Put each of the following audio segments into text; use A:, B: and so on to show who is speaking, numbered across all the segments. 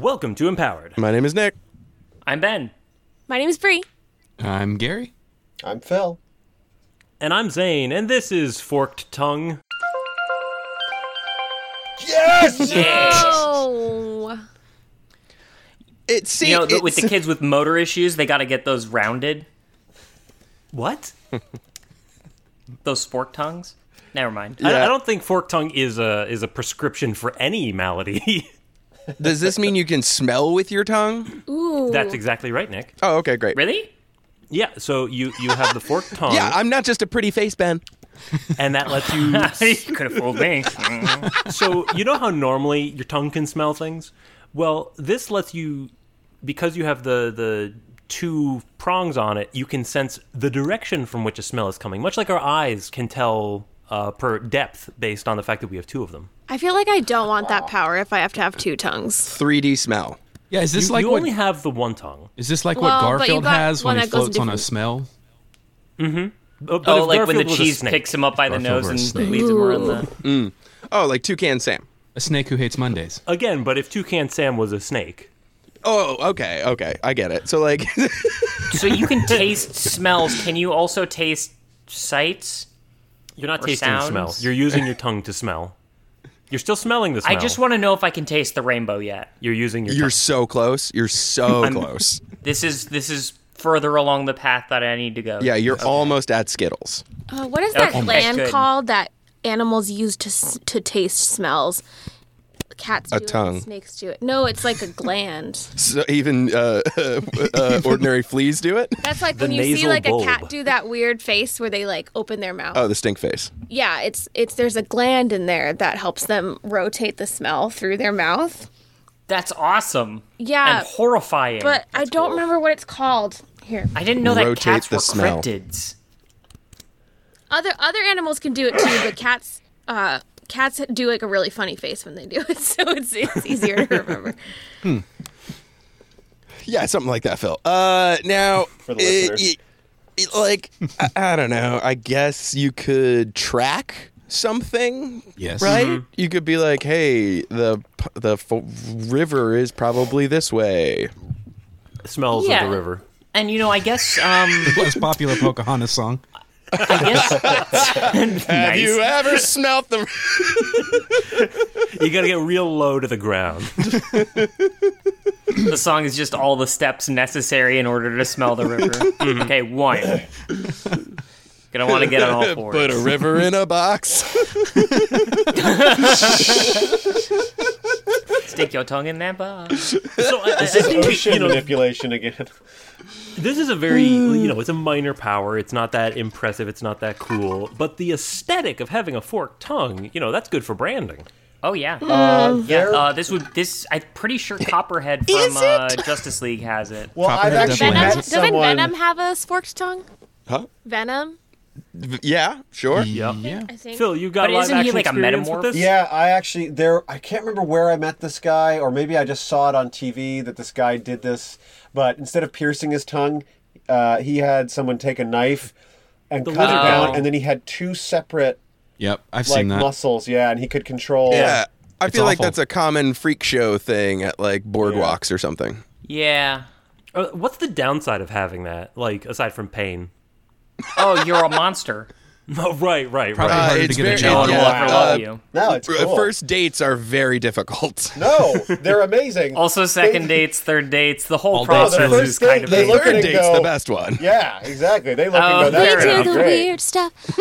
A: Welcome to Empowered.
B: My name is Nick.
A: I'm Ben.
C: My name is Bree.
D: I'm Gary.
E: I'm Phil.
A: And I'm Zane, and this is Forked Tongue.
E: Yes!
C: Oh,
B: It seems
F: You know, the, with the kids with motor issues, they got to get those rounded,
A: What?
F: those fork tongues. Never mind.
A: I,
B: Yeah.
A: I don't think forked tongue is a is a prescription for any malady.
B: Does this mean you can smell with your tongue?
C: ooh.
A: That's exactly right, Nick.
B: Oh, okay, great.
F: Really?
A: Yeah, so you you have the forked tongue,
B: Yeah, I'm not just a pretty face, Ben.
A: and that lets you
F: you could have fooled me.
A: so you know how normally your tongue can smell things well this lets you because you have the the two prongs on it you can sense the direction from which a smell is coming much like our eyes can tell uh, per depth based on the fact that we have two of them
C: I feel like I don't want that power if I have to have two tongues.
B: 3D smell.
D: Yeah, is this
A: you,
D: like
A: you
D: what
A: only have the one tongue
D: is this like
C: Well,
D: what
C: but you
D: Garfield
C: got
D: has when
C: one
D: he
C: that goes
D: floats on a
C: different-
D: smell?
A: Uh, But- but
F: oh,
A: if
F: like when the
A: Garfield was a
F: cheese
A: snake-
F: picks him up by the
D: Garfield
F: nose
D: or a
F: and
D: snake.
F: leaves him around the.
B: Oh, like Toucan Sam.
D: A snake who hates Mondays.
A: again but if toucan sam was a snake
B: Oh, okay, okay. I get it. So, like,
F: So you can taste smells. Can you also taste sights?
A: you're not
F: Or
A: tasting the smell
F: sounds.
A: you're using your tongue to smell you're still smelling the smell
F: I just want to know if I can taste the rainbow yet.
A: you're using your
B: you're
A: tongue.
B: so close. You're so close.
F: This is this is further along the path that I need to go.
B: Yeah, you're almost at Skittles.
C: Uh, what is that
F: Okay,
C: gland
F: good.
C: called that animals use to s- to taste smells? Cats
B: A
C: do
B: tongue.
C: it. Snakes do it. No, it's like a gland.
B: So even uh, uh, ordinary fleas do it.
C: That's like
A: The
C: when you see
A: nasal
C: like
A: bulb.
C: a cat do that weird face where they like open their mouth.
B: Oh, the stink face.
C: Yeah, it's it's there's a gland in there that helps them rotate the smell through their mouth.
F: That's awesome.
C: Yeah.
F: And horrifying.
C: But I don't remember what it's called. Here.
F: I didn't know that
B: Rotate
F: cats
B: the
F: were
B: smell.
F: cryptids.
C: Other other animals can do it too, but cats uh cats do like a really funny face when they do it, so it's it's easier to remember.
B: Yeah, something like that, Phil. Uh, now,
E: For the
B: it-
E: listeners.
B: it- it- like, I, I don't know. I guess you could track something,
D: Yes.
B: right?
E: Mm-hmm.
B: You could be like, "Hey, the p- the f- river is probably this way."
A: smells
F: Yeah.
A: of the river
F: And you know, I guess um
D: Less popular Pocahontas song.
F: I guess
B: Have
F: nice.
B: you ever smelt the?
A: you gotta get real low to the ground
F: The song is just all the steps necessary in order to smell the river. Okay, one. Gonna want to get on all fours.
B: Put a river in a box.
F: Stick your tongue in that box.
A: so I, this
E: Ocean manipulation again.
A: This is a very, you know, it's a minor power. It's not that impressive. It's not that cool. But the aesthetic of having a forked tongue, you know, that's good for branding.
F: Oh yeah.
E: Uh,
F: yeah.
E: there-
F: Uh, this would this. I'm pretty sure Copperhead from uh, Justice League has it.
E: well, I've
D: Copperhead
E: actually
C: Venom
D: definitely has
E: had
C: doesn't Venom
E: someone.
C: have a forked tongue?
B: Huh?
C: Venom,
B: Yeah, sure.
D: Yeah.
C: I think.
A: Phil, you got
F: But
A: live
F: isn't he
A: action
F: like a
A: experience with
F: metamorph?
A: this?
E: Yeah, I actually there. I can't remember where I met this guy, or maybe I just saw it on TV that this guy did this. But instead of piercing his tongue, uh, he had someone take a knife and cut
A: lizard
E: it down,
F: guy.
E: and then he had two separate
D: Yep. I've
E: like
D: seen that.
E: muscles. Yeah, and he could control.
B: Yeah, I
D: It's
B: feel like
D: awful.
B: that's a common freak show thing at like boardwalks or something.
F: Yeah.
A: Uh, what's the downside of having that? Like, aside from pain?
F: Oh, you're a monster.
A: Oh, right, right,
D: Probably
A: right.
B: Uh,
D: harder to
B: it's
D: get a
B: very-
F: No
D: job.
F: one will
E: Yeah,
F: ever
E: uh,
F: love you.
E: No, it's
B: Uh,
E: cool.
B: First dates are very difficult.
E: No, they're amazing.
F: Also, second dates, third dates, the whole
D: All dates.
F: process
D: Oh, the
F: is
E: first
F: kind
E: date,
F: of.
E: they
F: They
E: look-
B: Third
E: gonna
B: date's
E: go-
B: the best one.
E: Yeah, exactly. They look
F: Oh,
E: and go.
F: fair
E: That's
F: enough.
C: do
E: pretty
F: That'd
C: the
E: great.
C: weird stuff.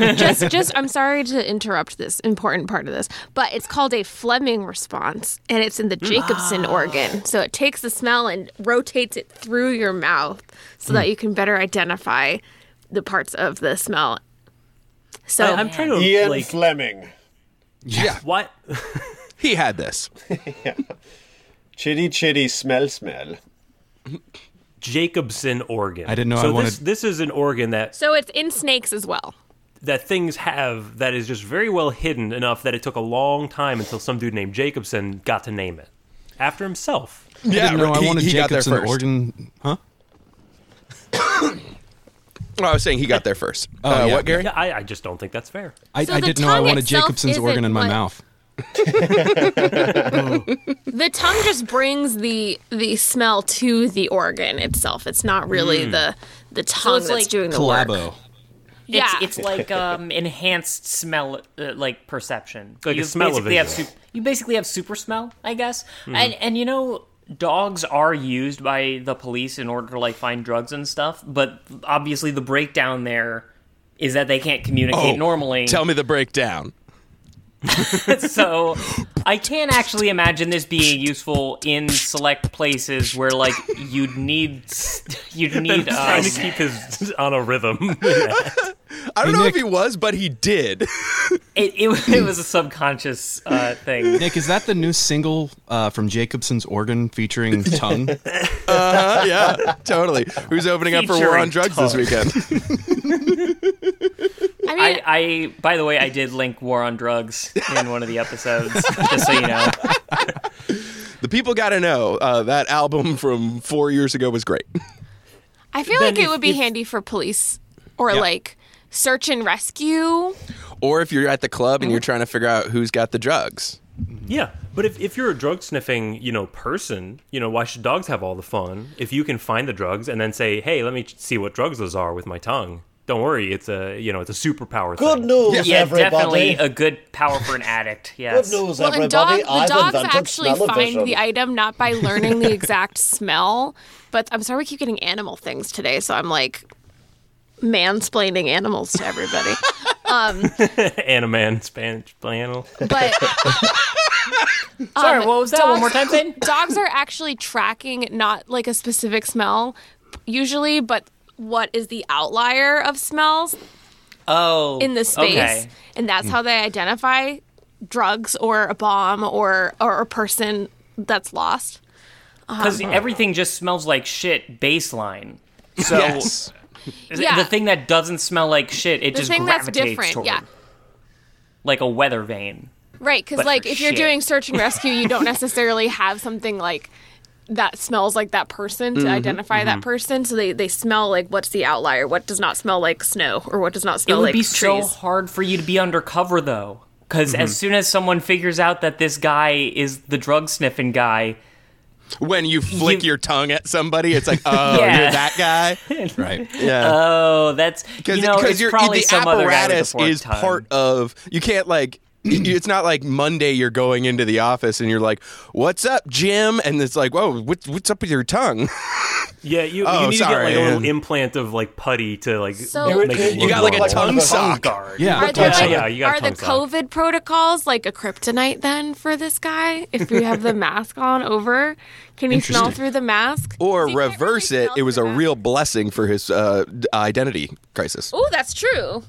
C: Um, just, just, I'm sorry to interrupt this important part of this, but it's called a Fleming response, and it's in the Jacobson organ. So it takes the smell and rotates it through your mouth so that you can better identify the parts of the smell. So
A: I, am trying to,
E: Ian
A: like,
E: Fleming,
B: Yeah,
A: why?
B: he had this.
E: chitty chitty smell smell.
A: Jacobson organ.
D: I didn't know
A: so
D: I wanted-
A: This, this is an organ that,
C: so it's in snakes as well.
A: that things have that is just very well hidden enough that it took a long time until some dude named Jacobson got to name it after himself.
B: Yeah,
D: No, I
B: he,
D: wanted
B: he got there
D: Jacobson
B: first.
D: organ. Huh?
B: Well, Oh, I was saying he got there first. uh,
D: yeah.
B: What, Gary?
A: Yeah, I, I just don't think that's fair.
D: I,
C: So
D: I
C: the
D: didn't know I
C: tongue
D: wanted
C: itself
D: Jacobson's
C: isn't
D: organ in my
C: like-
D: mouth.
C: The tongue just brings the the smell to the organ itself. It's not really the the tongue
F: it's
C: that's
F: like
C: doing the work.
D: Collabo.
C: Yeah,
F: It's, it's like um, enhanced smell, uh, like perception.
A: Like a smell of
F: basically have
A: visual. Hmm.
F: sup- You basically have super smell, I guess. And and you know, dogs are used by the police in order to like find drugs and stuff. But obviously, the breakdown there is that they can't communicate
B: Oh,
F: normally.
B: Tell me the breakdown.
F: so I can't actually imagine this being useful in select places where like you'd need s- you'd need
A: trying
F: um,
A: to keep his on a rhythm.
B: I don't know
D: Nick.
B: if he was, but he did.
F: it, it, was- it was a subconscious uh, thing.
D: Nick, is that the new single uh, from Jacobson's organ featuring tongue?
B: Uh, yeah, totally. Who's opening up for War on
F: Featuring
B: Drugs this weekend?
C: I mean,
F: I, I by the way, I did link War on Drugs in one of the episodes, just so you know.
B: the people got to know uh, that album from four years ago was great.
C: I feel
A: then
C: like it
A: if-
C: would be
A: if-
C: handy for police or like search and rescue.
B: Or if you're at the club and you're trying to figure out who's got the drugs.
A: yeah, but if, if you're a drug sniffing, you know, person, you know, why should dogs have all the fun? If you can find the drugs and then say, "Hey, let me ch- see what drugs those are with my tongue." Don't worry, it's a you know, it's a superpower.
E: Good
A: thing.
E: news,
F: Yeah,
E: everybody.
F: definitely a good power for an addict.
E: Good
F: Yes.
E: news,
C: Well, and dog,
E: everybody.
C: the
E: I've
C: dogs
E: invented
C: actually find
E: smell-o-vision.
C: the item not by learning the exact smell, but I'm sorry we keep getting animal things today, so I'm like mansplaining animals to everybody.
A: Animan Spanish flannel.
C: but um,
F: Sorry, what was that? One more time, Zane?
C: dogs are actually tracking not like a specific smell usually, but what is the outlier of smells
F: Oh,
C: in the space,
F: Okay. Hmm.
C: and that's how they identify drugs or a bomb or or a person that's lost. Uh-huh.
F: Because everything just smells like shit baseline. So
B: Yes.
F: th-
C: Yeah.
F: the thing that doesn't smell like shit, it
C: The
F: just
C: thing that's
F: gravitates
C: different,
F: toward.
C: yeah.
F: Like a weather vane.
C: Right, because
F: But
C: like
F: for
C: if you're
F: shit.
C: doing search and rescue, you don't necessarily have something like that smells like that person
D: Mm-hmm,
C: to identify that person. So they, they smell like what's the outlier, what does not smell like snow, or what does not
F: It
C: smell
F: would
C: like
F: be so
C: trees.
F: hard for you to be undercover though, because
B: Mm-hmm.
F: as soon as someone figures out that this guy is the drug sniffing guy,
B: When you flick
F: You-
B: your tongue at somebody, it's like, oh,
F: Yeah.
B: you're that guy.
D: right.
B: Yeah.
F: oh, that's
B: because
F: you know, it's
B: you're
F: probably
B: the
F: some other guy with a
B: apparatus
F: forked
B: is
F: tongue.
B: part of you can't like you- it's not like Monday you're going into the office and you're like what's up Jim and it's like whoa what, what's up with your tongue
A: Yeah, you,
B: Oh,
A: you need
B: sorry,
A: to get like a little
B: and-
A: implant of like putty to like
C: So-
A: make it
E: You
A: look
B: got, like, a
A: normal.
B: tongue
E: one of those-
B: sock.
F: guard.
D: Yeah.
C: Are, there,
A: Yeah,
C: like,
A: yeah, you got
C: are the
A: tongue sock.
C: COVID protocols like a kryptonite then for this guy? If you have the mask on over, can you smell
D: Interesting.
C: through the mask?
B: or
C: See, you can't
B: reverse
C: really
B: it
C: smell
B: it was a
C: through that.
B: real blessing for his uh, d- identity crisis
C: Oh, that's true.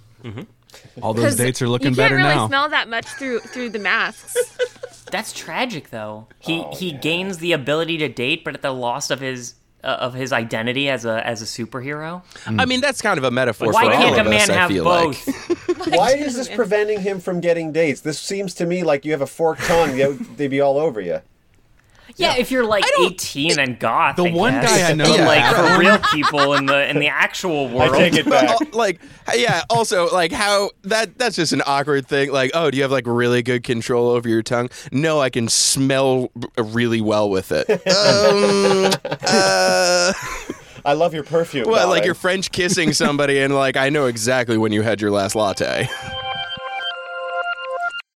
D: All those dates are looking
C: you can't
D: better
C: really
D: now.
C: smell that much through through the masks.
F: That's tragic, though. He
B: Oh,
F: he gains the ability to date, but at the loss of his uh, of his identity as a as a superhero.
B: I mean that's kind of a metaphor
F: Why
B: for all
F: can't a
B: of
F: man
B: us I
F: have
B: feel
F: both?
B: like
E: Why is this preventing him from getting dates? This seems to me like you have a forked tongue. they- They'd be all over you.
F: Yeah, if you're like
B: don't-
F: eighteen and goth,
D: The
F: I
D: one
F: guess.
D: guy I know
F: But,
D: that-
F: like for real people in the in the actual world.
E: back.
B: Al- like yeah also like how that that's just an awkward thing like oh do you have like really good control over your tongue no i can smell r- really well with it um, uh,
E: I love your perfume.
B: well like
E: darling.
B: you're french kissing somebody and like i know exactly when you had your last latte